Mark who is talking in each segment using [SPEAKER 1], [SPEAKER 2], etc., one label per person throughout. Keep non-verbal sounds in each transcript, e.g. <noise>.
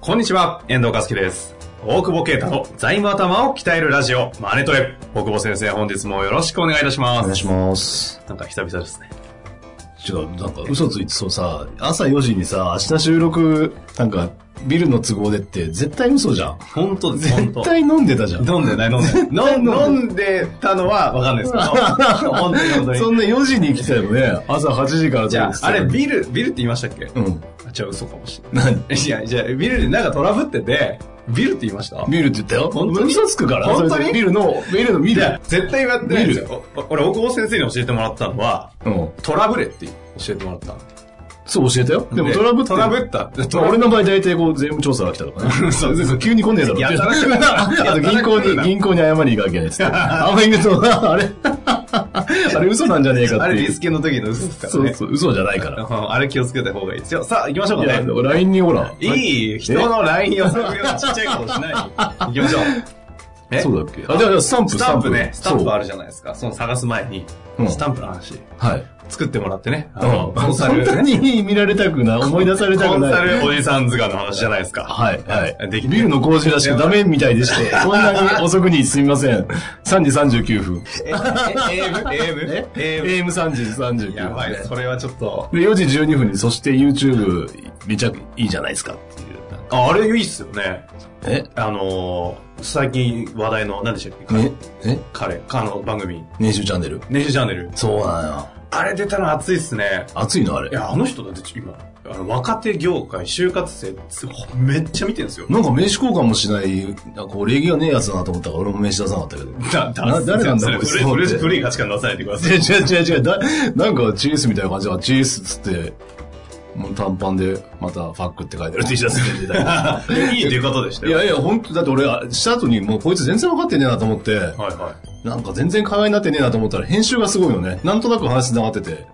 [SPEAKER 1] こんにちは、遠藤和樹です。大久保啓太の財務頭を鍛えるラジオ、マネトレ。大久保先生、本日もよろしくお願いいたしま
[SPEAKER 2] お願い
[SPEAKER 1] す。
[SPEAKER 2] します。
[SPEAKER 1] なんか久々ですね。
[SPEAKER 2] ちょっと、なんか嘘ついてそうさ、朝4時にさ、明日収録、なんか、ビルの都合でって絶対嘘じゃん。
[SPEAKER 1] 本当です、本
[SPEAKER 2] 絶
[SPEAKER 1] 当。
[SPEAKER 2] 対飲んでたじゃん。
[SPEAKER 1] 飲んでない、飲んでない。飲ん飲んでたのはわかんないですけ
[SPEAKER 2] <laughs>
[SPEAKER 1] ど。本当に本当
[SPEAKER 2] そ
[SPEAKER 1] に。
[SPEAKER 2] んな4時に来たよね。朝8時から
[SPEAKER 1] じゃあ、あれ、
[SPEAKER 2] ル
[SPEAKER 1] ビル、ビルって言いましたっけ
[SPEAKER 2] うん。
[SPEAKER 1] あ、じゃあ嘘かもしれな
[SPEAKER 2] 何
[SPEAKER 1] い。いや、じゃあ、ビルでなんかトラブってて、ビルって言いました
[SPEAKER 2] ビルって言ったよ。
[SPEAKER 1] 本当に
[SPEAKER 2] 嘘つくから。
[SPEAKER 1] 本当に
[SPEAKER 2] それでビルの、ビルのビ
[SPEAKER 1] い
[SPEAKER 2] ル。
[SPEAKER 1] や、絶対言われてないですよ。おお俺、大久保先生に教えてもらったのは、
[SPEAKER 2] うん。
[SPEAKER 1] トラブレって教えてもらったの
[SPEAKER 2] そう教えたよ。でもトラブって。
[SPEAKER 1] トラブった。
[SPEAKER 2] まあ俺の場合大体こう税務調査が来たとか
[SPEAKER 1] <laughs>
[SPEAKER 2] ね。
[SPEAKER 1] そうそう
[SPEAKER 2] そう。急に来ねえだろ。 <laughs>
[SPEAKER 1] やたら来る
[SPEAKER 2] あと銀行に、銀行に謝りに行かなきゃいけない
[SPEAKER 1] <laughs>
[SPEAKER 2] です。あんまり言うと、あれあれ嘘なんじゃねえかっていう。
[SPEAKER 1] あれリスケの時の嘘ですから
[SPEAKER 2] そう
[SPEAKER 1] ね。
[SPEAKER 2] そう、嘘じゃないから。
[SPEAKER 1] うんあれ気をつけた方がいいですよ。さあ、行きましょう
[SPEAKER 2] い
[SPEAKER 1] か
[SPEAKER 2] や、
[SPEAKER 1] ね。
[SPEAKER 2] LINE にほら。
[SPEAKER 1] いい人の LINE を探るようなちっちゃいことしない。行きましょう。え <laughs>
[SPEAKER 2] え。そうだっけあ、じゃあ、スタンプ、
[SPEAKER 1] スタンプね、スタンプあ
[SPEAKER 2] る。
[SPEAKER 1] るじゃないですか。その探す前に
[SPEAKER 2] う、ん
[SPEAKER 1] スタンプの話、
[SPEAKER 2] はい。
[SPEAKER 1] 作ってもらってね。あのコ
[SPEAKER 2] うん。
[SPEAKER 1] ンサ
[SPEAKER 2] そん
[SPEAKER 1] ル、
[SPEAKER 2] なに見られたくない、思い出された
[SPEAKER 1] コ
[SPEAKER 2] く
[SPEAKER 1] ン
[SPEAKER 2] ない。
[SPEAKER 1] サルおじさん図鑑の話じゃないですか。
[SPEAKER 2] はい、はい。
[SPEAKER 1] できて
[SPEAKER 2] ビルの工事らしくダメみたいでして、こんなに遅くにすみません。3時39分。
[SPEAKER 1] え、え AM、AM、AM。
[SPEAKER 2] AM3 時39分。
[SPEAKER 1] やばい、それはちょっと。
[SPEAKER 2] で、4時12分に、そして YouTube、めちゃいいじゃないですかっていう。
[SPEAKER 1] ああれいいっすよね。
[SPEAKER 2] え
[SPEAKER 1] あのー、最近話題の、何でしたっけ
[SPEAKER 2] ね、え
[SPEAKER 1] 彼、あの番組、
[SPEAKER 2] 年収チャンネル
[SPEAKER 1] ネジチャンネル。
[SPEAKER 2] そうなんよ。
[SPEAKER 1] あれ出たの熱いっすね。
[SPEAKER 2] 暑いのあれ
[SPEAKER 1] い。や、あの人だって今、あの若手業界、就活生、すごいめっちゃ見てるんですよ。
[SPEAKER 2] なんか名刺交換もしない、なんかこう礼儀がねえやつだなと思ったから俺も名刺出さなかったけど。
[SPEAKER 1] <laughs> だ、
[SPEAKER 2] な誰なんだ
[SPEAKER 1] それ
[SPEAKER 2] こいつ
[SPEAKER 1] 古い古い古い価値観出さないでください。
[SPEAKER 2] 違う違う違う違う、 <laughs> だ、なんかチースみたいな感じだからチースっつって、もう短パンで、またファックって書いてある T シャツ着てたけど <laughs>
[SPEAKER 1] <laughs> いいっていうことでした
[SPEAKER 2] い
[SPEAKER 1] よ。
[SPEAKER 2] やいや、本当だって俺、した後にもうこいつ全然分かってねえなと思って、
[SPEAKER 1] はいはい。
[SPEAKER 2] なんか全然会話になってねえなと思ったら編集がすごいよね。なんとなく話繋がってて。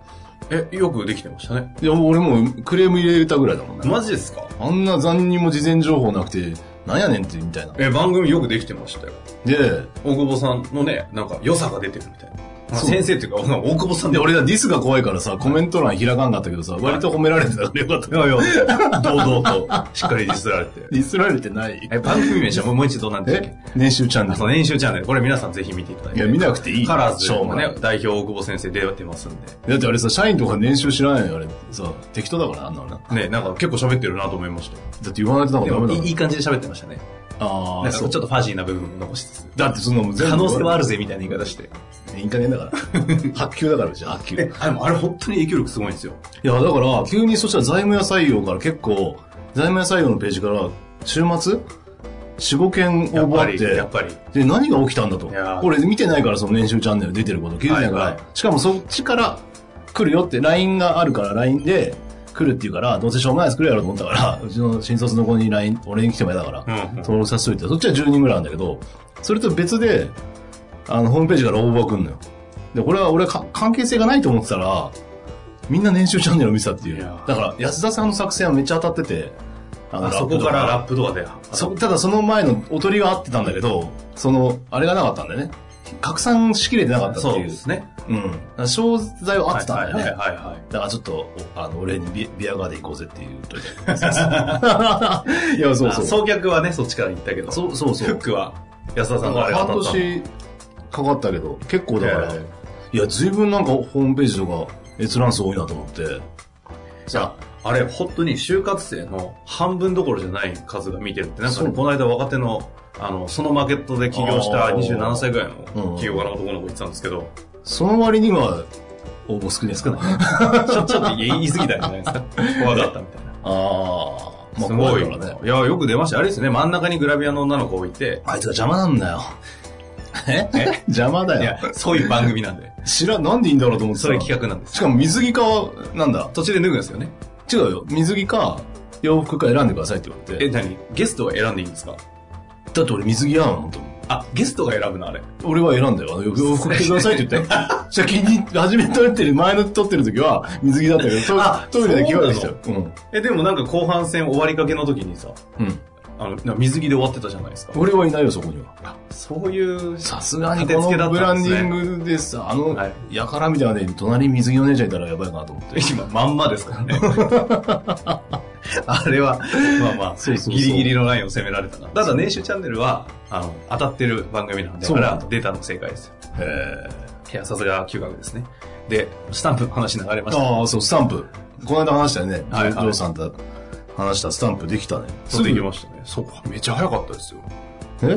[SPEAKER 1] え、よくできてましたね。
[SPEAKER 2] いや、もう俺もうクレーム入れたぐらいだもんね。
[SPEAKER 1] マジですか
[SPEAKER 2] あんな残にも事前情報なくて、なんやねんって、みたいな。
[SPEAKER 1] え、番組よくできてましたよ。
[SPEAKER 2] で、
[SPEAKER 1] 大久保さんのね、なんか良さが出てるみたいな。まあ
[SPEAKER 2] そう
[SPEAKER 1] 先生っていうか、大久保さん
[SPEAKER 2] で、
[SPEAKER 1] で俺、
[SPEAKER 2] 俺らディスが怖いからさ、コメント欄開かんかったけどさ、割と褒められてたからよ
[SPEAKER 1] <laughs>
[SPEAKER 2] かった。
[SPEAKER 1] いやいや、堂々と、しっかりディスられて。
[SPEAKER 2] ディスられてない
[SPEAKER 1] <laughs> え、番組名じゃもうもう一度なんです
[SPEAKER 2] え年収チャンネ
[SPEAKER 1] あそ
[SPEAKER 2] ル。
[SPEAKER 1] の練習チャンネル、これ皆さんぜひ見ていただい
[SPEAKER 2] い
[SPEAKER 1] て。
[SPEAKER 2] や、見なくていい。
[SPEAKER 1] カラーズ
[SPEAKER 2] しょう
[SPEAKER 1] の
[SPEAKER 2] も
[SPEAKER 1] ね
[SPEAKER 2] ない。、
[SPEAKER 1] 代表大久保先生出てますんで。
[SPEAKER 2] だってあれさ、社員とか年収知らないよ、あれ。さ、適当だから、あんなのな。
[SPEAKER 1] ね、なんか結構喋ってるなと思いました。
[SPEAKER 2] だって言わないとなん
[SPEAKER 1] で
[SPEAKER 2] かダ
[SPEAKER 1] も
[SPEAKER 2] メだ
[SPEAKER 1] いいい
[SPEAKER 2] もん
[SPEAKER 1] い感じで喋ってましたね。
[SPEAKER 2] あ
[SPEAKER 1] な
[SPEAKER 2] あ、
[SPEAKER 1] んかち
[SPEAKER 2] そ
[SPEAKER 1] ょ
[SPEAKER 2] う
[SPEAKER 1] っ。とファジーな部分も残しつつ。
[SPEAKER 2] だってそんなもん全部
[SPEAKER 1] 可能性はあるぜみたいな言い方して。
[SPEAKER 2] いい加減
[SPEAKER 1] <laughs>
[SPEAKER 2] だから。発球だから、じゃあ、発球。い
[SPEAKER 1] え、あでもあれ本当に影響力すごいんですよ。
[SPEAKER 2] や、だから、急にそしたら財務屋採用から結構、財務屋採用のページから、週末 ?4、5件
[SPEAKER 1] や
[SPEAKER 2] 応
[SPEAKER 1] っ
[SPEAKER 2] 募
[SPEAKER 1] ぱ
[SPEAKER 2] あっ
[SPEAKER 1] り、
[SPEAKER 2] て。
[SPEAKER 1] やっぱり。
[SPEAKER 2] で、何が起きたんだと
[SPEAKER 1] いやー。
[SPEAKER 2] 俺見てないから、その年収チャンネル出てること聞いてないから、
[SPEAKER 1] はいはい
[SPEAKER 2] しかもそっちから来るよって、LINE があるから、LINE で来るっていうから、どうせしょうもないやつ来るやろと思ったから、 <laughs> うちの新卒の子に LINE、俺に来てもらえたから、
[SPEAKER 1] うんうん
[SPEAKER 2] 登録させといて、そっちは10人ぐらいなんだけど、それと別で、あの、ホームページから応募が来るのよ。で、これは俺はか関係性がないと思ってたら、みんな年収チャンネルを見てたってい。
[SPEAKER 1] いうや
[SPEAKER 2] だ
[SPEAKER 1] ー
[SPEAKER 2] から、安田さんの作戦はめっちゃ当たってて、あの
[SPEAKER 1] あそこからラップとかで。
[SPEAKER 2] そただその前のおとりは合ってたんだけど、その、あれがなかったんだよね。拡散しきれてなかったって
[SPEAKER 1] そう
[SPEAKER 2] い
[SPEAKER 1] で
[SPEAKER 2] う。
[SPEAKER 1] すね。
[SPEAKER 2] うん。だから商材は合ってたんだよね。
[SPEAKER 1] はいはいはいはい。
[SPEAKER 2] だからちょっと、おあの、俺にビビアガーで行こうぜっていうといて。 <laughs> いや、そう
[SPEAKER 1] あ
[SPEAKER 2] そう。
[SPEAKER 1] 送客はね、そっちから行ったけど。
[SPEAKER 2] そうそうそう
[SPEAKER 1] フックは、安田さんがあれ
[SPEAKER 2] 半
[SPEAKER 1] 当たったの。
[SPEAKER 2] 年かかったけど、結構だから、
[SPEAKER 1] ええ
[SPEAKER 2] いや、随分なんかホームページとか閲覧数多いなと思って。
[SPEAKER 1] じゃあ、あれ、本当に就活生の半分どころじゃない数が見てるって、なんか
[SPEAKER 2] そ
[SPEAKER 1] ね、
[SPEAKER 2] う
[SPEAKER 1] この間若手の、あの、そのマーケットで起業した
[SPEAKER 2] あー
[SPEAKER 1] 27歳ぐらいの
[SPEAKER 2] うん
[SPEAKER 1] 企業家の男の子言ってたんですけど、
[SPEAKER 2] その割には、応募少ない <laughs> 少ない。
[SPEAKER 1] ちょ、ちょっと言い言 <laughs> い過ぎたんじゃないですか。怖かったみたいな。
[SPEAKER 2] あー、ま
[SPEAKER 1] す
[SPEAKER 2] あ、
[SPEAKER 1] ごい。
[SPEAKER 2] 怖からね。
[SPEAKER 1] いや、よく出ました。あれですね、真ん中にグラビアの女の子置いて、
[SPEAKER 2] あいつが邪魔なんだよ。え邪魔だ
[SPEAKER 1] <laughs> い
[SPEAKER 2] よ <laughs>
[SPEAKER 1] や。、そういう番組なんで。
[SPEAKER 2] 知らん、なんでいいんだろうと思ってさ
[SPEAKER 1] そういう企画なんです。
[SPEAKER 2] しかも水着かは、なんだ、
[SPEAKER 1] 途中で脱ぐんですよね。
[SPEAKER 2] 違うよ。水着か、洋服か選んでくださいって言われ
[SPEAKER 1] え、
[SPEAKER 2] て。
[SPEAKER 1] 何ゲストは選んでいいんですか
[SPEAKER 2] だって俺水着やん、と思って
[SPEAKER 1] あ、ゲストが選ぶのあれ。
[SPEAKER 2] 俺は選んだよ。あの洋服着てくださいって <laughs> 言って。じゃ気に入って、初め撮ってる、前の撮ってる時は水着だったけど、トイ
[SPEAKER 1] あ
[SPEAKER 2] トイレで着替えてきたよ。
[SPEAKER 1] え、でもなんか後半戦終わりかけの時にさ、
[SPEAKER 2] うん。うん。
[SPEAKER 1] あの、なんか水着で終わってたじゃないですか。
[SPEAKER 2] 俺はいないよ、そこには。
[SPEAKER 1] そういう、
[SPEAKER 2] さすがにこのブランディングでさ、あの
[SPEAKER 1] はい、
[SPEAKER 2] やからみたいなね、隣に水着お姉ちゃんいたらやばいかなと思って。
[SPEAKER 1] 今、まんまですから <laughs> ね。あれは、まあまあ、
[SPEAKER 2] そうそうそう
[SPEAKER 1] ギリギリのラインを攻められたな。ただ、年収チャンネルは、あの、当たってる番組なんで、だ
[SPEAKER 2] そう
[SPEAKER 1] か
[SPEAKER 2] なん
[SPEAKER 1] ら
[SPEAKER 2] だ
[SPEAKER 1] データの正解ですよ。
[SPEAKER 2] へ
[SPEAKER 1] いや、さすが嗅覚ですね。で、スタンプの話流れました。
[SPEAKER 2] ああ、そう、スタンプ。この間話したよね。
[SPEAKER 1] はい
[SPEAKER 2] ジョーさんと話したスタンプできたね。
[SPEAKER 1] そうできましたね。そうか、めっちゃ早かったですよ。
[SPEAKER 2] え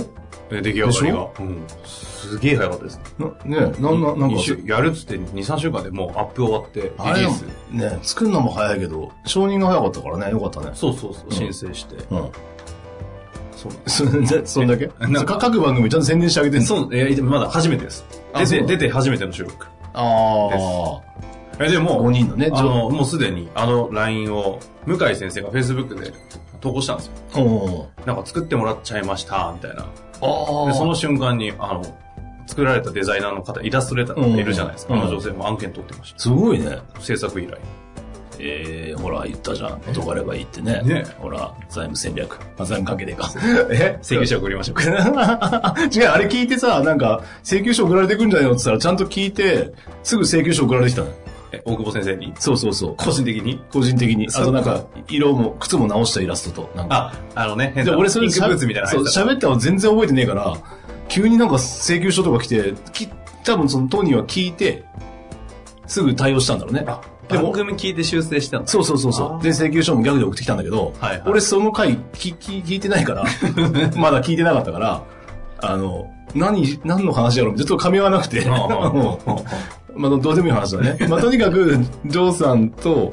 [SPEAKER 1] え出来上がり
[SPEAKER 2] でし
[SPEAKER 1] が
[SPEAKER 2] ょ。
[SPEAKER 1] うん。すげえ早かったですね。
[SPEAKER 2] な、ねえ、なんな、なんか
[SPEAKER 1] 一、週やるっつって2、3週間でもうアップ終わって、リリ
[SPEAKER 2] あれ
[SPEAKER 1] ー
[SPEAKER 2] だも
[SPEAKER 1] ス。
[SPEAKER 2] んね、作るのも早いけど、承認が早かったからね、よかったね。
[SPEAKER 1] そうそうそう、申請して。
[SPEAKER 2] うん。 <laughs>
[SPEAKER 1] そうなんで
[SPEAKER 2] それで、そんだけ
[SPEAKER 1] なんか
[SPEAKER 2] か各番組ちゃんと宣伝してあげてん
[SPEAKER 1] す。
[SPEAKER 2] の
[SPEAKER 1] そう、えまだ初めてです。
[SPEAKER 2] あ
[SPEAKER 1] 出て、
[SPEAKER 2] そうなの
[SPEAKER 1] 出て初めての収録。
[SPEAKER 2] あ
[SPEAKER 1] え、で
[SPEAKER 2] あ。
[SPEAKER 1] も、
[SPEAKER 2] 5人のね、
[SPEAKER 1] あの、もうすでにあの LINE を、向井先生が Facebook で投稿したんですよ。
[SPEAKER 2] 上うん。
[SPEAKER 1] なんか作ってもらっちゃいました、みたいな。
[SPEAKER 2] あ
[SPEAKER 1] で、その瞬間に、あの、作られたデザイナーの方、イラストレーターっているじゃないですか。
[SPEAKER 2] う
[SPEAKER 1] あ
[SPEAKER 2] ん
[SPEAKER 1] の女性も案件取ってまし
[SPEAKER 2] すごいね。
[SPEAKER 1] た。制作依頼。
[SPEAKER 2] ええほら、言ったじゃん。男あればいいってね。
[SPEAKER 1] ね
[SPEAKER 2] ほら、財務戦略。あ財務関係でか。 <laughs> え
[SPEAKER 1] 請求書送りましょうか。
[SPEAKER 2] 違う、あれ聞いてさ、なんか、請求書送られてくんじゃないのって言ったら、ちゃんと聞いて、すぐ請求書送られてきたのよ
[SPEAKER 1] え大久保先生に
[SPEAKER 2] そうそうそう。
[SPEAKER 1] 個人的に
[SPEAKER 2] 個人的に。あ
[SPEAKER 1] そう
[SPEAKER 2] となんか、色も、靴も直したイラストと。なんか。
[SPEAKER 1] あ、あのね、変
[SPEAKER 2] で、
[SPEAKER 1] な
[SPEAKER 2] 俺それ
[SPEAKER 1] インクブーツみたいな
[SPEAKER 2] そう、
[SPEAKER 1] 入ってた
[SPEAKER 2] 喋ったの全然覚えてねえから、急になんか請求書とか来て、き、多分その当人は聞いて、すぐ対応したんだろうね。で
[SPEAKER 1] 番
[SPEAKER 2] も、
[SPEAKER 1] 組聞いて修正したの。
[SPEAKER 2] そうそうそう
[SPEAKER 1] あ
[SPEAKER 2] そ
[SPEAKER 1] ー
[SPEAKER 2] う。で、請求書もギャグで送ってきたんだけど、
[SPEAKER 1] はいはい
[SPEAKER 2] 俺その回聞聞聞いてな
[SPEAKER 1] <laughs>
[SPEAKER 2] いから、まだ聞いてなかったから、あの、何、何の話やろうずっと噛み合わなくて、
[SPEAKER 1] ああ
[SPEAKER 2] もう <laughs> まあ、どうでもいい話だね。まあ、とにかく、ジョーさんと、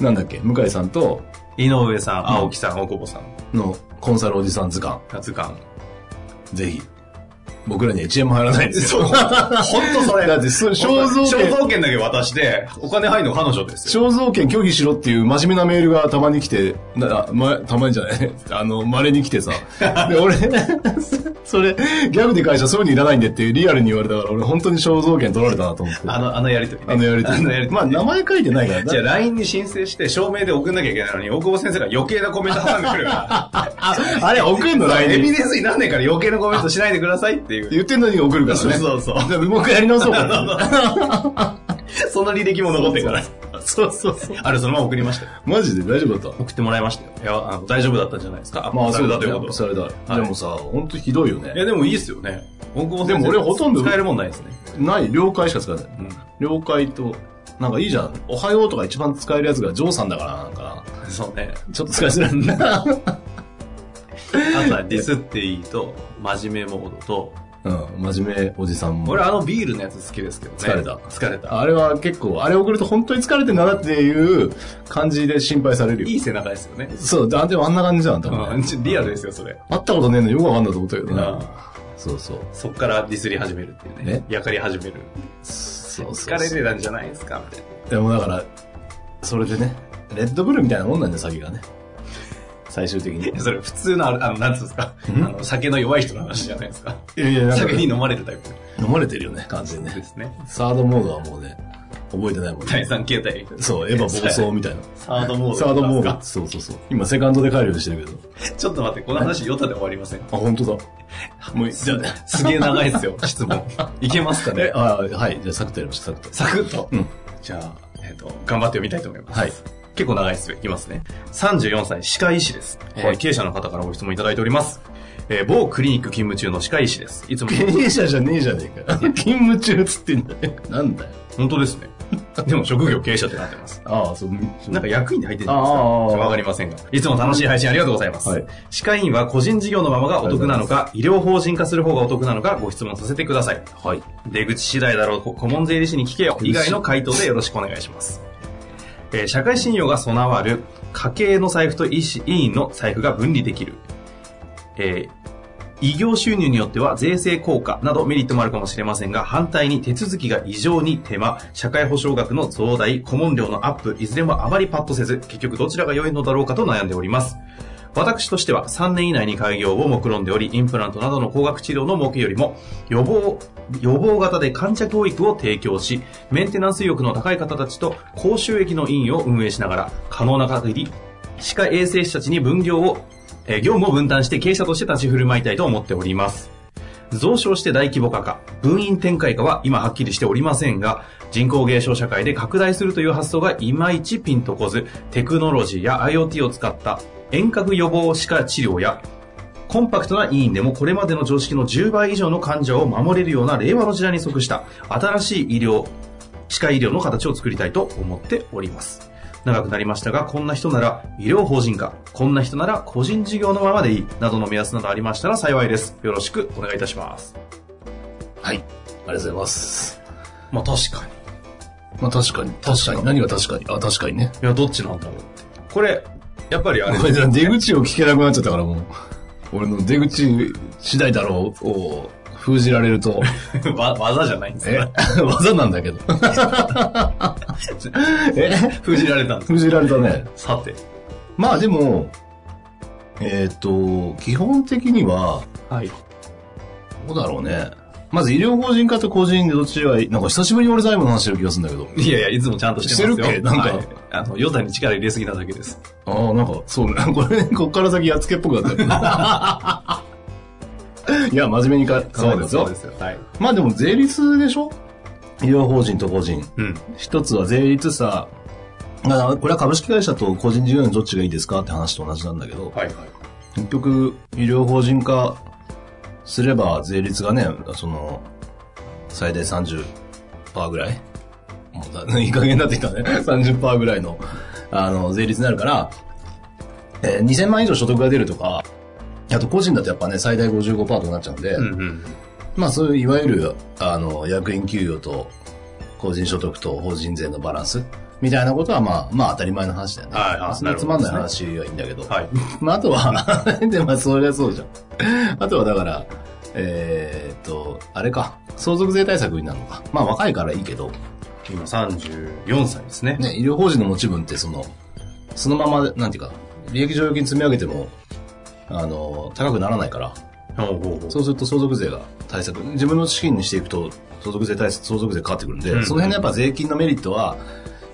[SPEAKER 2] なんだっけ、向井さんと、
[SPEAKER 1] 井上さん、青木さん、大久保さん、
[SPEAKER 2] のコンサルおじさん図鑑、
[SPEAKER 1] 夏館。
[SPEAKER 2] ぜひ。僕らには1円も入らないん
[SPEAKER 1] <laughs>
[SPEAKER 2] ですよ。
[SPEAKER 1] ほんとそれ。
[SPEAKER 2] だってそ肖像権
[SPEAKER 1] 肖像権だけ渡して、お金入るの彼女ですよ。
[SPEAKER 2] 肖像権拒否しろっていう真面目なメールがたまに来て、な <laughs> あま、たまにじゃない、 <laughs> あの、稀に来てさ。で、俺、 <laughs> それ、ギャグで会社そういうのいらないんでっていうリアルに言われたから、俺本当に肖像権取られたなと思って。
[SPEAKER 1] あの、あのやりとり、ね。
[SPEAKER 2] あのやりと
[SPEAKER 1] あ
[SPEAKER 2] り。
[SPEAKER 1] のやりとり。
[SPEAKER 2] まあ、名前書いてないから
[SPEAKER 1] じゃあ
[SPEAKER 2] な。
[SPEAKER 1] LINE に申請して、証明で送んなきゃいけないのに、大久保先生が余計なコメント挟んでくるか
[SPEAKER 2] <laughs> あ、あれ送んの
[SPEAKER 1] ら、
[SPEAKER 2] 来
[SPEAKER 1] エビ
[SPEAKER 2] 年。
[SPEAKER 1] デンスになんねえから余計なコメントしないでくださいって
[SPEAKER 2] <laughs>
[SPEAKER 1] いう。
[SPEAKER 2] 言ってんのに送るからね。
[SPEAKER 1] そうそうそう。
[SPEAKER 2] じゃあもう一回やり直そうか。
[SPEAKER 1] その履歴も残ってるから。
[SPEAKER 2] そうそうそう。
[SPEAKER 1] あれ、そのまま送りましたよ。
[SPEAKER 2] <laughs> マジで大丈夫だった
[SPEAKER 1] 送ってもらいましたよ。いや、あの大丈夫だったんじゃないですか。
[SPEAKER 2] まあ、
[SPEAKER 1] そ
[SPEAKER 2] そう
[SPEAKER 1] れだ
[SPEAKER 2] だっ
[SPEAKER 1] と
[SPEAKER 2] た
[SPEAKER 1] いう
[SPEAKER 2] よ
[SPEAKER 1] こ。と
[SPEAKER 2] そ。れだ。
[SPEAKER 1] い
[SPEAKER 2] でもさ、本当ひどいよ
[SPEAKER 1] いや、
[SPEAKER 2] ね。
[SPEAKER 1] でもいいっすよね。大久保先生
[SPEAKER 2] でも俺ほとんど
[SPEAKER 1] 使えるもんないですね。
[SPEAKER 2] ない、了解しか使えない。
[SPEAKER 1] うん。
[SPEAKER 2] <laughs> 了解と、なんかいいじゃん。おはようとか一番使えるやつがジョーさんだからなんか
[SPEAKER 1] そう <laughs> ね。
[SPEAKER 2] な。ちょっと使いづらいな。
[SPEAKER 1] あとはディスっていいと、真面目モードと、
[SPEAKER 2] <laughs> うん、真面目おじさんも。
[SPEAKER 1] 俺あのビールのやつ好きですけどね。
[SPEAKER 2] 疲れた
[SPEAKER 1] 疲れた。
[SPEAKER 2] あれは結構、あれ送ると本当に疲れてんだなっていう感じで心配されるよ。
[SPEAKER 1] いい背中ですよね。
[SPEAKER 2] そう、だでもあんな感じじゃん、多分、
[SPEAKER 1] うん、ちリアルですよ、それ。
[SPEAKER 2] 会ったことねえのよくわかんないと思ったけど
[SPEAKER 1] うん
[SPEAKER 2] ね。そうそう。
[SPEAKER 1] そっからディスり始めるっていうね。やかり始める。
[SPEAKER 2] そうそう
[SPEAKER 1] 疲れてたんじゃないですか、みたいな。
[SPEAKER 2] でもだから、それでね、レッドブルみたいなもんなんだよ、詐欺がね。最終的に。い
[SPEAKER 1] いやそれ普通のある、あの、なんつうんですか。あ
[SPEAKER 2] ん
[SPEAKER 1] の、酒の弱い人の話じゃないですか。
[SPEAKER 2] やいや、なんか
[SPEAKER 1] 酒に飲まれるタイプ
[SPEAKER 2] 飲まれてるよね、完全に
[SPEAKER 1] で
[SPEAKER 2] ね。
[SPEAKER 1] すね。
[SPEAKER 2] サードモードはもうね、覚えてないもん
[SPEAKER 1] 第
[SPEAKER 2] ね。
[SPEAKER 1] 三形態。
[SPEAKER 2] そう、エヴァ暴走みたい <laughs> な。
[SPEAKER 1] サードモード。
[SPEAKER 2] サードモー
[SPEAKER 1] で
[SPEAKER 2] ド。そうそうそう。今、セカンドで帰るようにしてるけど。
[SPEAKER 1] すかちょっと待って、この話、ヨタで終わりません。
[SPEAKER 2] あ、本当だ。もう、じゃあ、
[SPEAKER 1] すげえ長いですよ、質 <laughs> 問。いけますか
[SPEAKER 2] え
[SPEAKER 1] ね、
[SPEAKER 2] あはい。じゃあ、サクッとやりました、サクッと。
[SPEAKER 1] サクッと。
[SPEAKER 2] うん
[SPEAKER 1] じゃあ、えっ、と、頑張って読みたいと思います。
[SPEAKER 2] はい。
[SPEAKER 1] 結構長いですよ。いきますね。34歳、歯科医師です。えー
[SPEAKER 2] はい
[SPEAKER 1] 経営者の方からご質問いただいております。えー某クリニック勤務中の歯科医師です。いつも、
[SPEAKER 2] 経営者じゃねえじゃねえか。 <laughs> 勤務中っつってんだよ。なんだよ。
[SPEAKER 1] 本当ですね。 <laughs> でも職業経営者ってなってます。
[SPEAKER 2] ああ、そう、
[SPEAKER 1] なんか役員に入ってるんじゃないですか。わ
[SPEAKER 2] あ
[SPEAKER 1] かりませんが。いつも楽しい配信ありがとうございます。
[SPEAKER 2] はい
[SPEAKER 1] 歯科医院は個人事業のままがお得なのか、医療法人化する方がお得なのかご質問させてください。
[SPEAKER 2] あ、はい。
[SPEAKER 1] 出口次第だろう、こ顧問税理士に聞けよ、以外の回答でよろしくお願いします。えー社会信用が備わる、家計の財布と医師、委員の財布が分離できる。えー異業収入によっては税制効果などメリットもあるかもしれませんが、反対に手続きが異常に手間、社会保障額の増大、顧問料のアップ、いずれもあまりパッとせず、結局どちらが良いのだろうかと悩んでおります。私としては3年以内に開業を目論んでおり、インプラントなどの高額治療の儲けよりも、予防、予防型で患者教育を提供し、メンテナンス意欲の高い方たちと高収益の委員を運営しながら、可能な限り、歯科衛生士たちに分業を、えー業務を分担して経営者として立ち振る舞いたいと思っております。増床して大規模化か、分院展開かは今はっきりしておりませんが、人口減少社会で拡大するという発想がいまいちピンとこず、テクノロジーや IoT を使った遠隔予防歯科治療や、コンパクトな医院でもこれまでの常識の10倍以上の患者を守れるような令和の時代に即した新しい医療、歯科医療の形を作りたいと思っております。長くなりましたが、こんな人なら医療法人化、こんな人なら個人事業のままでいい、などの目安などありましたら幸いです。よろしくお願いいたします。
[SPEAKER 2] はい。ありがとうございます。
[SPEAKER 1] まあ確かに。
[SPEAKER 2] まあ確かに。確かに。何が確かに。あ、確かに <laughs> ね。
[SPEAKER 1] いや、どっちなんだろうって。これ、やっぱりあれ
[SPEAKER 2] これ出口を聞けなくなっちゃったからもう。俺の出口次第だろうを封じられると、
[SPEAKER 1] <laughs> わ技じゃないんです
[SPEAKER 2] <laughs> え
[SPEAKER 1] よ。
[SPEAKER 2] 技なんだけ <laughs> ど。え
[SPEAKER 1] 封じられたんです。
[SPEAKER 2] 封じられたね。
[SPEAKER 1] さて。
[SPEAKER 2] まあでも、えっ、と、基本的には、
[SPEAKER 1] はい。
[SPEAKER 2] どうだろうね。まず医療法人化と個人でどっちがいいなんか久しぶりに俺財務の話してる気がするんだけど。
[SPEAKER 1] いやいや、いつもちゃんとしてますよ。
[SPEAKER 2] してるっけなん
[SPEAKER 1] は
[SPEAKER 2] か
[SPEAKER 1] いあの、ヨタに力入れすぎなだけです。
[SPEAKER 2] ああ、なんか、そうね。 <laughs> これね、こっから先やっつけっぽくなったよね <laughs> いや、真面目にか考えてます
[SPEAKER 1] そう
[SPEAKER 2] よ
[SPEAKER 1] で。すよ。はい。
[SPEAKER 2] まあでも税率でしょ医療法人と個人。
[SPEAKER 1] うん。
[SPEAKER 2] 一つは税率差。あこれは株式会社と個人事業のどっちがいいですかって話と同じなんだけど、
[SPEAKER 1] はいはい。
[SPEAKER 2] 結局、医療法人化すれば税率がね、その、最大30%ぐらいもう <laughs> だいい加減になってきたね。30%ぐらいの、あの、税率になるから、えー2000万円以上所得が出るとか、あと個人だとやっぱね、最大55%とかなっちゃうんで、
[SPEAKER 1] うんうん。
[SPEAKER 2] まあそういういわゆる、あの、役員給与と個人所得と法人税のバランスみたいなことはまあ、まあ当たり前の話だよね。
[SPEAKER 1] はいはい
[SPEAKER 2] そんなつまんない話はいいんだけど。
[SPEAKER 1] はい。
[SPEAKER 2] まあ、あとは、 <laughs> で、まあ、そりゃそうじゃん。あとは、だから、えーっと、あれか、相続税対策になるのか。まあ、若いからいいけど、
[SPEAKER 1] 今34歳ですね。
[SPEAKER 2] ね、医療法人の持ち分って、その、そのまま、なんていうか、利益剰余金積み上げても、あの、高くならないから、
[SPEAKER 1] ほうほうほう
[SPEAKER 2] そうすると相続税が対策、自分の資金にしていくと、相続税対策、相続税かかってくるんで、
[SPEAKER 1] うん
[SPEAKER 2] その辺のやっぱ税金のメリットは、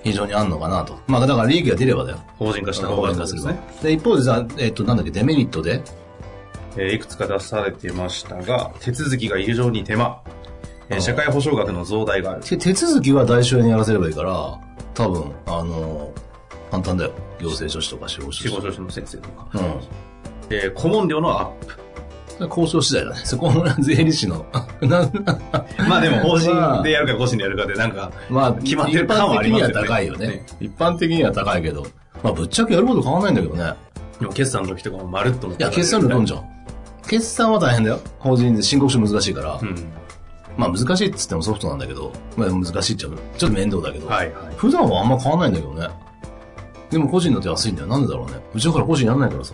[SPEAKER 2] 非常にあんのかなと。まあ、だから利益が出ればだよ。
[SPEAKER 1] 法人化した方がいいですね。
[SPEAKER 2] で、一方でさ、えーっと、なんだっけ、デメリットで、
[SPEAKER 1] えーいくつか出されてましたが、手続きが異常に手間、えー
[SPEAKER 2] あー
[SPEAKER 1] 社会保障額の増大がある。
[SPEAKER 2] 手手続きは代償にやらせればいいから、多分、あのー簡単だよ。行政書士とか司法書
[SPEAKER 1] 司
[SPEAKER 2] 士。
[SPEAKER 1] 法書士の先生とか。
[SPEAKER 2] うん。
[SPEAKER 1] えー顧問料のアッ
[SPEAKER 2] <laughs> 交渉次第だね。そこもな税理士の。 <laughs> なん
[SPEAKER 1] プ。まあでも、法人でやるか個人でやるかで、なんか、
[SPEAKER 2] まあ、
[SPEAKER 1] 決まってる感はありますよね
[SPEAKER 2] 一般的には高いよね
[SPEAKER 1] ね
[SPEAKER 2] 一般的には高いけど。まあ、ぶっちゃけやること変わんないんだけどね。
[SPEAKER 1] でも決算の時とかもまるっと
[SPEAKER 2] いや、決算のどんじゃん。決算は大変だよ。法人で申告書難しいから。
[SPEAKER 1] うん。
[SPEAKER 2] まあ、難しいっつってもソフトなんだけど。まあ、難しいっちゃ、ちょっと面倒だけど。
[SPEAKER 1] はいはい。
[SPEAKER 2] 普段はあんま変わんないんだけどね。でも個人だと安いんだよ。なんでだろうね。うちだから個人やんないからさ。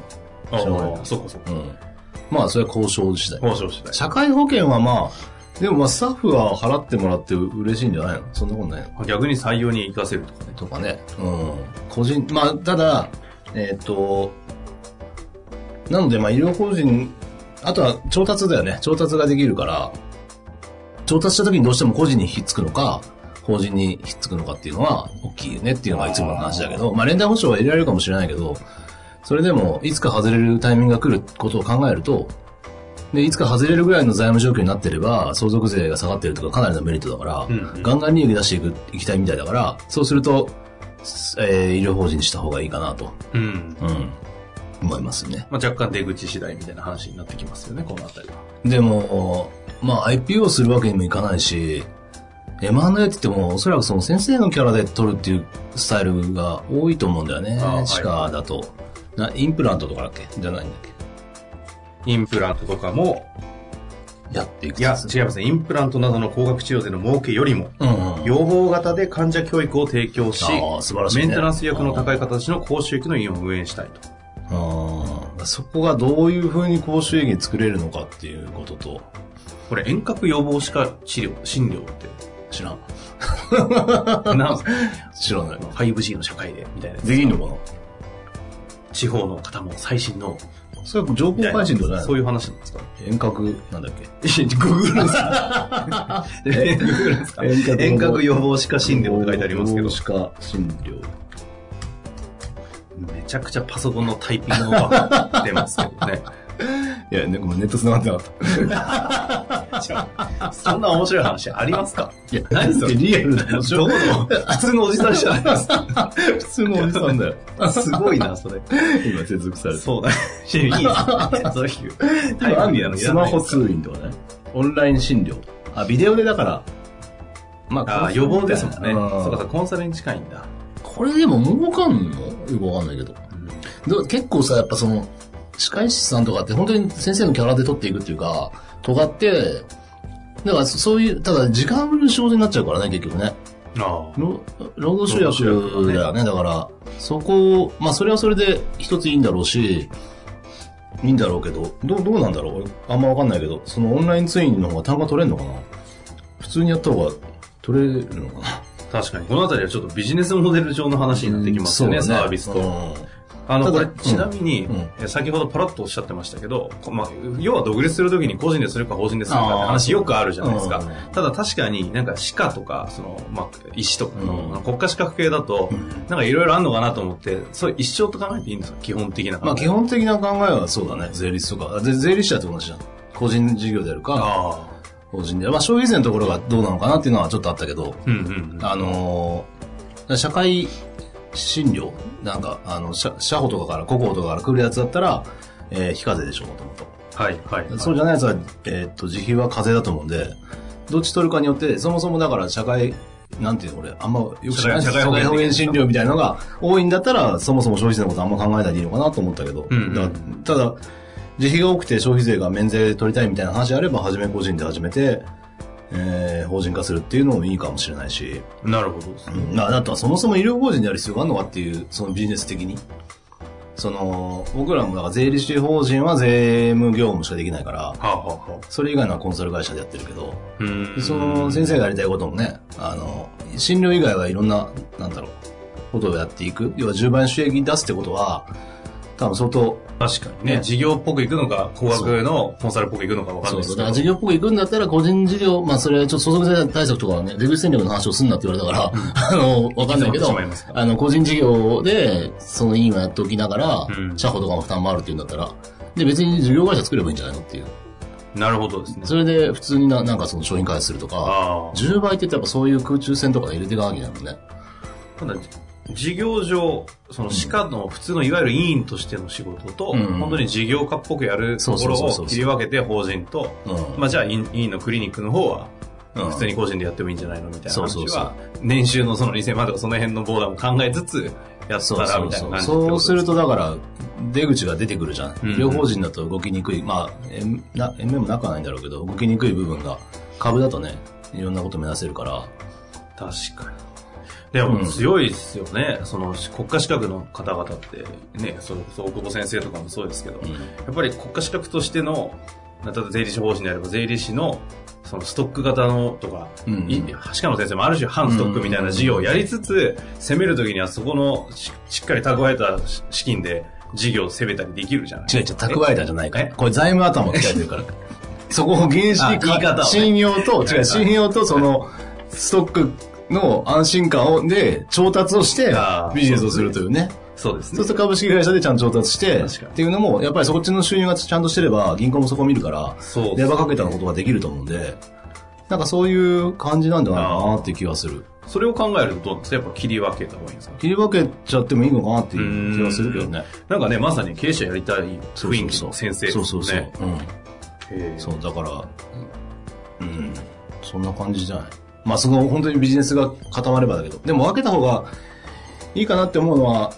[SPEAKER 1] あ
[SPEAKER 2] しょうがない
[SPEAKER 1] あ、そうかそうか。
[SPEAKER 2] うん。まあ、それは交渉次第。
[SPEAKER 1] 交渉次第。
[SPEAKER 2] 社会保険はまあ、でもまあ、スタッフは払ってもらって嬉しいんじゃないのそんなことないの
[SPEAKER 1] 逆に採用に活かせるとかね。
[SPEAKER 2] とかね。うん。個人、まあ、ただ、えっ、と、なので、まあ、医療法人、あとは調達だよね。調達ができるから、調達した時にどうしても個人にひっつくのか、法人にひっつくのかっていうのは大きいよねっていうのがいつもの話だけど、まあ、連帯保証は入れられるかもしれないけど、それでも、いつか外れるタイミングが来ることを考えると、で、いつか外れるぐらいの財務状況になってれば、相続税が下がってるとかかなりのメリットだから、
[SPEAKER 1] うんうん
[SPEAKER 2] ガンガン利益出していく、いきたいみたいだから、そうすると、すえー医療法人にした方がいいかなと、
[SPEAKER 1] うん。
[SPEAKER 2] うん、思いますね。
[SPEAKER 1] まあ若干出口次第みたいな話になってきますよね、このあたりは。
[SPEAKER 2] でも、まあ IPO するわけにもいかないし、M&A って言っても、おそらくその先生のキャラで取るっていうスタイルが多いと思うんだよね
[SPEAKER 1] あーは。い
[SPEAKER 2] 歯科だと、な。インプラントとかだっけじゃないんだっ
[SPEAKER 1] インプラントとかも、
[SPEAKER 2] けやっていく
[SPEAKER 1] いや、違いますね。インプラントなどの高額治療での儲けよりも、
[SPEAKER 2] うんうん、
[SPEAKER 1] 予防型で患者教育を提供し、
[SPEAKER 2] あー素晴らしいね
[SPEAKER 1] メンテナンス役の高い形の高収益のイオンを運営したいと。
[SPEAKER 2] あーそこがどういうふうに公衆演技作れるのかっていうことと、
[SPEAKER 1] これ遠隔予防歯科治療、診療って。
[SPEAKER 2] 知らん。
[SPEAKER 1] なんすか
[SPEAKER 2] 知らない。
[SPEAKER 1] 5G の社会で、みたいなやつ。
[SPEAKER 2] できんのか
[SPEAKER 1] 地方の方も最新の、
[SPEAKER 2] なそれは情報配信とね、
[SPEAKER 1] そういう話なんですか
[SPEAKER 2] 遠隔、なん
[SPEAKER 1] <laughs>
[SPEAKER 2] だっけ
[SPEAKER 1] ググるんすか <laughs> ググるんすか
[SPEAKER 2] 遠隔
[SPEAKER 1] 遠隔予防歯科診療って書いてありますけど
[SPEAKER 2] 同、種化診療。
[SPEAKER 1] めちゃくちゃパソコンのタイピングのが出ますけどね。
[SPEAKER 2] いや、ね、ごめんネット繋がってなか
[SPEAKER 1] <laughs>
[SPEAKER 2] っ
[SPEAKER 1] そんな面白い話ありますか
[SPEAKER 2] た。いや、
[SPEAKER 1] 何それ
[SPEAKER 2] リアル <laughs> な面白い。
[SPEAKER 1] <laughs> 普通のおじさんじゃないですか。
[SPEAKER 2] 普通のおじさんだよ。
[SPEAKER 1] すごいな、それ。
[SPEAKER 2] 今接続されて。
[SPEAKER 1] そうだ。 <laughs> いいですね。そういう。タイムリーなのい
[SPEAKER 2] ス
[SPEAKER 1] らな
[SPEAKER 2] マ
[SPEAKER 1] いで
[SPEAKER 2] ホ
[SPEAKER 1] す
[SPEAKER 2] 通院とかね。オンライン診療。あ、ビデオでだから。ま
[SPEAKER 1] ああ、予防ですもんね。
[SPEAKER 2] う
[SPEAKER 1] そうかそう、コンサルに近いんだ。
[SPEAKER 2] これでも儲かんのよくわかんないけど。でも結構さ、やっぱその、歯科医師さんとかって本当に先生のキャラで取っていくっていうか、尖って、だからそそういう、ただ時間の仕事になっちゃうからね、結局ね。
[SPEAKER 1] あ
[SPEAKER 2] 労労働集約だよね、だから、そこを、まあそれはそれで一ついいんだろうし、いいんだろうけど、どう、どうなんだろうあんまわかんないけど、そのオンラインツインの方が単価取れるのかな普通にやった方が取れるのかな
[SPEAKER 1] あ、確かに。このあたりはちょっとビジネスモデル上の話になってきますよね、
[SPEAKER 2] うんそうだ
[SPEAKER 1] サービス
[SPEAKER 2] う
[SPEAKER 1] と。
[SPEAKER 2] ん
[SPEAKER 1] あの、
[SPEAKER 2] た
[SPEAKER 1] こ
[SPEAKER 2] だ
[SPEAKER 1] れ、ちなみに
[SPEAKER 2] うん、
[SPEAKER 1] え先ほどパラッとおっしゃってましたけど、こまあ、要は独立するときに個人でするか法人でするかって
[SPEAKER 2] あー
[SPEAKER 1] 話よくあるじゃないです
[SPEAKER 2] う
[SPEAKER 1] か
[SPEAKER 2] ん。
[SPEAKER 1] ただ確かになんか歯科とか、その、まあ、医師とか
[SPEAKER 2] う
[SPEAKER 1] の
[SPEAKER 2] ん
[SPEAKER 1] 国家資格系だと、なんかいろいろあるのかなと思って、それ一生と考えていいんですか基本的な考え。
[SPEAKER 2] まあ基本的な考えはそうだね、税率とか。あで税理士だって同じじゃん。個人事業であるか、
[SPEAKER 1] ああ。
[SPEAKER 2] 法人である。まあ消費税のところがどうなのかなっていうのはちょっとあったけど、
[SPEAKER 1] うんうんうん。
[SPEAKER 2] あのー社会診療、なんか、あの、社社保とかから、国保とかから来るやつだったら、えー非課税でしょ、もともと。
[SPEAKER 1] はいはいはい。
[SPEAKER 2] そうじゃないやつは、えーっと、自費は課税だと思うんで、どっち取るかによって、そもそもだから社会、なんていうの、俺、あんまよく知らない
[SPEAKER 1] 社会保険
[SPEAKER 2] 社会診療みたいなのが多いんだったら、そもそも消費税のことあんま考えないでいいのかなと思ったけど、
[SPEAKER 1] うんうん
[SPEAKER 2] だただ、自費が多くて消費税が免税で取りたいみたいな話であれば、初め個人で始めて、えー法人化するっていうのもいいかもしれないし、
[SPEAKER 1] なるほどですね。
[SPEAKER 2] うん、ああとはそもそも医療法人である必要があるのかっていう、そのビジネス的に。その、僕らもだから税理士法人は税務業務しかできないから、
[SPEAKER 1] はあはあはあ。
[SPEAKER 2] それ以外のはコンサル会社でやってるけど、
[SPEAKER 1] うーん
[SPEAKER 2] その先生がやりたいこともね、あの、診療以外はいろんな、なんだろう、ことをやっていく。要は10倍の収益に出すってことは、多分相当、
[SPEAKER 1] 確かにね、事業っぽく行くのか、工学のコンサルっぽく行くのか分かん
[SPEAKER 2] そ
[SPEAKER 1] な
[SPEAKER 2] う
[SPEAKER 1] いで
[SPEAKER 2] そう。
[SPEAKER 1] すけ
[SPEAKER 2] だ
[SPEAKER 1] ど。
[SPEAKER 2] から事業っぽく行くんだったら個人事業、まあそれはちょっと相続税対策とかはね、出口戦略の話をすんなって言われた <laughs> から、あの、わかんないけど
[SPEAKER 1] そうなってしまいます、か
[SPEAKER 2] あの、個人事業で、その委員をやっておきながら
[SPEAKER 1] う、ん
[SPEAKER 2] 社保とかの負担もあるっていうんだったら、で、別に事業会社作ればいいんじゃないのっていう。
[SPEAKER 1] なるほどですね。
[SPEAKER 2] それで普通にななんかその商品開発するとか、
[SPEAKER 1] あ
[SPEAKER 2] 10倍って言ったらやっぱそういう空中戦とかで入れていかなきゃいけないもんね。
[SPEAKER 1] あ。ただ、事業上、その歯科の普通のいわゆる委員としての仕事と、
[SPEAKER 2] うん
[SPEAKER 1] 本当に事業家っぽくやるところ
[SPEAKER 2] そうそうそうそ
[SPEAKER 1] を
[SPEAKER 2] う
[SPEAKER 1] 切り分けて法人と、
[SPEAKER 2] うん
[SPEAKER 1] まあじゃあ委員委員のクリニックの方は、
[SPEAKER 2] うん
[SPEAKER 1] 普通に個人でやってもいいんじゃないのみたいな
[SPEAKER 2] そう
[SPEAKER 1] 話
[SPEAKER 2] そうそう
[SPEAKER 1] は、年収のその2000万とかその辺のボーダーも考えつつ、やった
[SPEAKER 2] そう
[SPEAKER 1] ら
[SPEAKER 2] そ
[SPEAKER 1] み
[SPEAKER 2] う
[SPEAKER 1] たい
[SPEAKER 2] そ
[SPEAKER 1] な感
[SPEAKER 2] う。
[SPEAKER 1] じ
[SPEAKER 2] そうするとだから、出口が出てくるじゃん。
[SPEAKER 1] う
[SPEAKER 2] 医
[SPEAKER 1] んうん
[SPEAKER 2] 療法人だと動きにくい。まあ、M、な、MM もなくはないんだろうけど、動きにくい部分が、株だとね、いろんなこと目指せるから。
[SPEAKER 1] 確かに。でも
[SPEAKER 2] うん
[SPEAKER 1] 強いですよね、その国家資格の方々って、ね、それこそ大久保先生とかもそうですけど、
[SPEAKER 2] う
[SPEAKER 1] や
[SPEAKER 2] ん
[SPEAKER 1] っぱり国家資格としての、例えば税理士法人であれば税理士のそのストック型のとか、
[SPEAKER 2] うんうん
[SPEAKER 1] い歯科の先生もある種反ストックみたいな事業をやりつつ、攻めるときにはそこのししっかり蓄えた資金で事業を攻めたりできるじゃない
[SPEAKER 2] 違う違う、蓄えたじゃないから。これ財務頭を鍛えてるから。そこを原資
[SPEAKER 1] あ言い方をね
[SPEAKER 2] 信用と、
[SPEAKER 1] はいは
[SPEAKER 2] 違、
[SPEAKER 1] いう
[SPEAKER 2] 信用とその、ストックの安心感を、で、調達をして
[SPEAKER 1] あー、
[SPEAKER 2] ビジネスをするというね。
[SPEAKER 1] そうです
[SPEAKER 2] そ
[SPEAKER 1] ね
[SPEAKER 2] う。すると株式会社でちゃんと調達して、
[SPEAKER 1] 確かに
[SPEAKER 2] っていうのも、やっぱりそっちの収入がちゃんとしてれば、銀行もそこを見るから、
[SPEAKER 1] そう
[SPEAKER 2] レバーかけたことができると思うんで、なんかそういう感じなんじゃないかなっていう気がする。
[SPEAKER 1] それを考えるとどうですかやっぱ切り分けた方がいいんですか
[SPEAKER 2] 切り分けちゃってもいいのかなっていう気がするけどね。
[SPEAKER 1] なんかね、まさに経営者やりたい
[SPEAKER 2] そう
[SPEAKER 1] 雰囲気
[SPEAKER 2] そう
[SPEAKER 1] の先生ですね。
[SPEAKER 2] そうそうそう。うん。
[SPEAKER 1] へー
[SPEAKER 2] そう、だから、うん、そんな感じじゃない。まあ、その、本当にビジネスが固まればだけど。でも分けた方がいいかなって思うのは、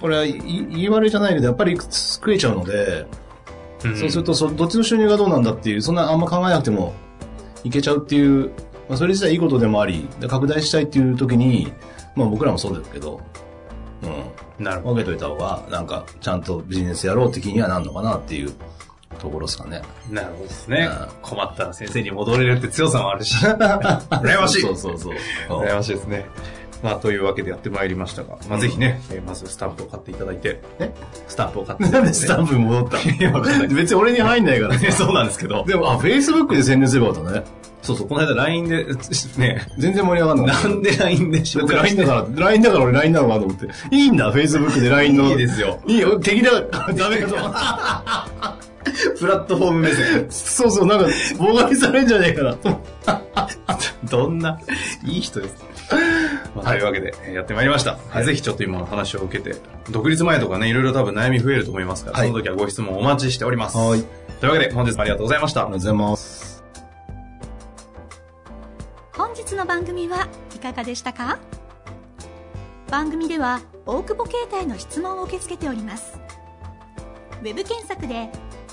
[SPEAKER 2] これはい言い悪いじゃないけど、やっぱり食えちゃうので、
[SPEAKER 1] うん
[SPEAKER 2] そうするとそ、どっちの収入がどうなんだっていう、そんなあんま考えなくてもいけちゃうっていう、まあ、それ自体いいことでもあり、で拡大したいっていう時に、まあ僕らもそうだけど、うん。
[SPEAKER 1] なるほど
[SPEAKER 3] 分けといた方が、なんか、ちゃんとビジネスやろうって気にはなんのかなっていうところですかね。
[SPEAKER 1] なるほどですね
[SPEAKER 3] うん。
[SPEAKER 1] 困ったら先生に戻れるって強さもあるし。 <laughs> 羨ましい
[SPEAKER 3] そうそうそう。
[SPEAKER 1] <laughs> 羨ましいですね。まあ、というわけでやってまいりましたが、まあ、ぜひね、えーまずスタンプを買っていただいて、スタンプを買っていただいて、
[SPEAKER 2] スタンプに戻った。
[SPEAKER 1] いやわかんない
[SPEAKER 2] 別に俺に入んないから。
[SPEAKER 1] ね <laughs> そうなんですけど、
[SPEAKER 2] でも、あ、Facebook で宣伝すればよかったね。
[SPEAKER 1] そうそう、この間 LINE で、ね、
[SPEAKER 2] 全然盛り上がんな
[SPEAKER 1] <laughs>
[SPEAKER 2] い。
[SPEAKER 1] なんで LINE で紹
[SPEAKER 2] 僕
[SPEAKER 1] 介
[SPEAKER 2] LINE だから、LINE だから俺 LINE なのかなと思って。いいんだ、Facebook で LINE の。
[SPEAKER 1] いいですよ
[SPEAKER 2] いいよ、敵だ、ダメかと思って。
[SPEAKER 1] プラットフォーム目線。
[SPEAKER 2] <laughs> そうそう、なんか、妨害されんじゃねえかなと思って。
[SPEAKER 1] <laughs> どんな、いい人です。まあというわけで、えーやってまいりました。ぜひちょっと今の話を受けて、独立前とかね、いろいろ多分悩み増えると思いますから、
[SPEAKER 3] はい
[SPEAKER 1] その時はご質問お待ちしております。
[SPEAKER 3] はい
[SPEAKER 1] というわけで、本日もありがとうございました。
[SPEAKER 3] ありがとうございます。
[SPEAKER 4] 本日の番組はいかがでしたか番組では大久保携帯の質問を受け付けておりますウェブ検索で「